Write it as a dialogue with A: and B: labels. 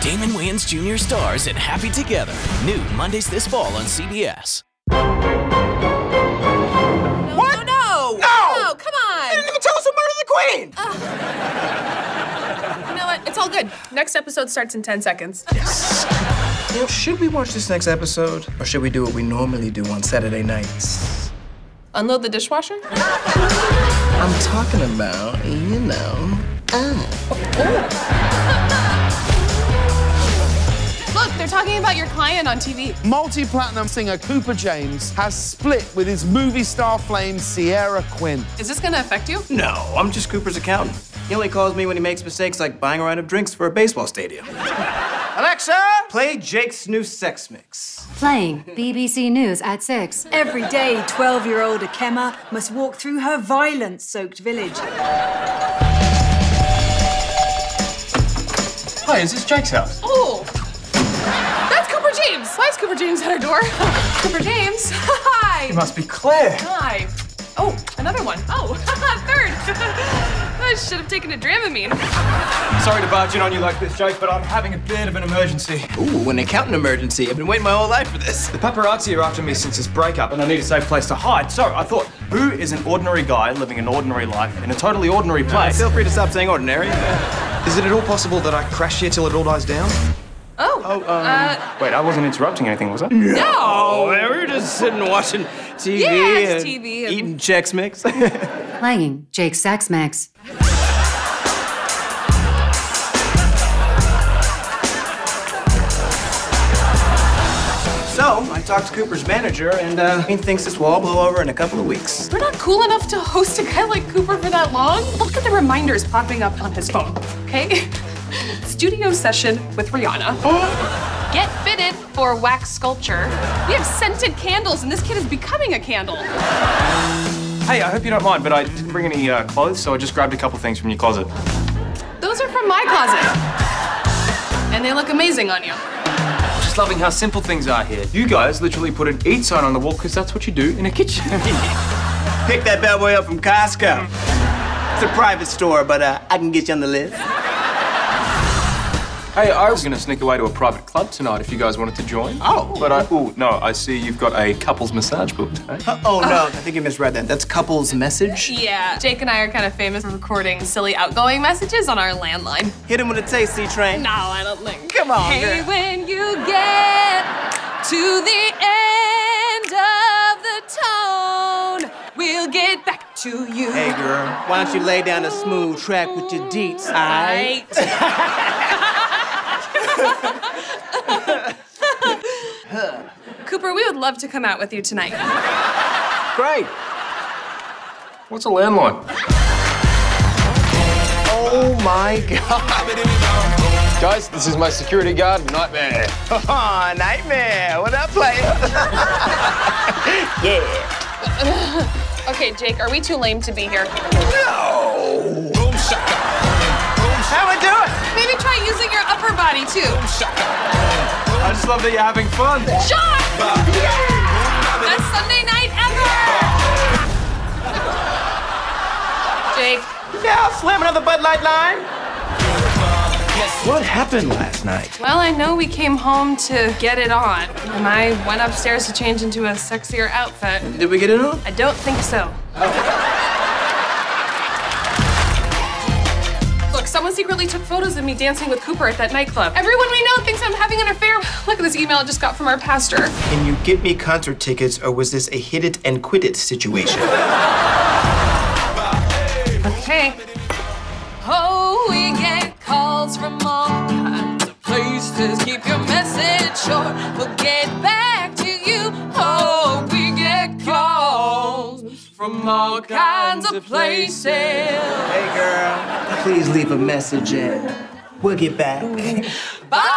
A: Damon Wayans Jr. stars in Happy Together. New Mondays this fall on CBS.
B: What?
C: No!
B: No!
C: No, come on!
B: They didn't even tell us who murdered the queen!
C: You know what? It's all good. Next episode starts in 10 seconds.
B: You know, should we watch this next episode? Or should we do what we normally do on Saturday nights?
C: Unload the dishwasher?
B: I'm talking about, you know. uh.
C: Look, they're talking about your client on TV.
D: Multi-platinum singer Cooper James has split with his movie star flame Sierra Quinn.
C: Is this gonna affect you?
B: No, I'm just Cooper's accountant. He only calls me when he makes mistakes like buying a round of drinks for a baseball stadium.
D: Alexa!
B: Play Jake's new sex mix.
E: Playing BBC News at 6.
F: Every day, 12 year old Akema must walk through her violence soaked village.
G: Hi, is this Jake's house?
C: Oh! That's Cooper James! Why is Cooper James at our door? Cooper James? Hi!
G: Must be Claire.
C: Hi. Oh, another one. Oh, third. I should have taken a Dramamine.
G: Sorry to barge in on you like this, Jake, but I'm having a bit of an emergency.
B: Ooh, an accountant emergency. I've been waiting my whole life for this.
G: The paparazzi are after me since this breakup, and I need a safe place to hide. So I thought, who is an ordinary guy living an ordinary life in a totally ordinary place?
B: Uh, Feel free to stop saying ordinary.
G: Is it at all possible that I crash here till it all dies down?
C: Oh.
G: Oh, um, wait, I wasn't interrupting anything, was I?
C: No!
B: we were just sitting watching TV.
C: Yes,
B: and
C: TV and-
B: Eating Chex Mix.
E: Playing Jake Saxmax.
B: so, I talked to Cooper's manager, and uh, he thinks this wall will blow over in a couple of weeks.
C: We're not cool enough to host a guy like Cooper for that long. Look at the reminders popping up on his phone, okay? Studio session with Rihanna. Get fitted for wax sculpture. We have scented candles, and this kid is becoming a candle.
G: Hey, I hope you don't mind, but I didn't bring any uh, clothes, so I just grabbed a couple things from your closet.
C: Those are from my closet. And they look amazing on you.
G: Just loving how simple things are here. You guys literally put an eat sign on the wall because that's what you do in a kitchen.
B: Pick that bad boy up from Costco. It's a private store, but uh, I can get you on the list.
G: hey, I was gonna sneak away to a private club tonight if you guys wanted to join.
B: Oh.
G: But I, oh, no, I see you've got a couple's massage booked. eh?
B: Oh no, I think you misread that. That's couple's message.
C: Yeah, Jake and I are kind of famous for recording silly outgoing messages on our landline.
B: Hit him with a tasty train.
C: No, I don't think.
B: Come on,
C: Hey,
B: girl.
C: when you get to the end of the tone, we'll get back to you.
B: Hey girl, why don't you lay down a smooth track with your deets, alright?
C: Right. Cooper, we would love to come out with you tonight.
B: Great.
G: What's a landline?
B: Oh my god.
D: Guys, this is my security guard, Nightmare.
B: Oh, nightmare. What up, player?
C: Okay, Jake, are we too lame to be here?
B: How we doing?
C: Maybe try using your upper body too.
G: I just love that you're having fun.
C: Sean! Best Sunday night ever! Jake,
B: Now slam another Bud Light line. What happened last night?
C: well, I know we came home to get it on, and I went upstairs to change into a sexier outfit.
B: Did we get it on?
C: I don't think so. Look, Someone secretly took photos of me dancing with Cooper at that nightclub. Everyone we know thinks I'm having an affair. Look at this email I just got from our pastor.
B: Can you get me concert tickets, or was this a hit it and quit it situation?
C: Okay. Oh, we get calls from all kinds of places. Keep your message short. We'll get back to you. Oh, we get calls from all kinds of places.
B: hey girl, please leave a message in. We'll get back.
C: Bye.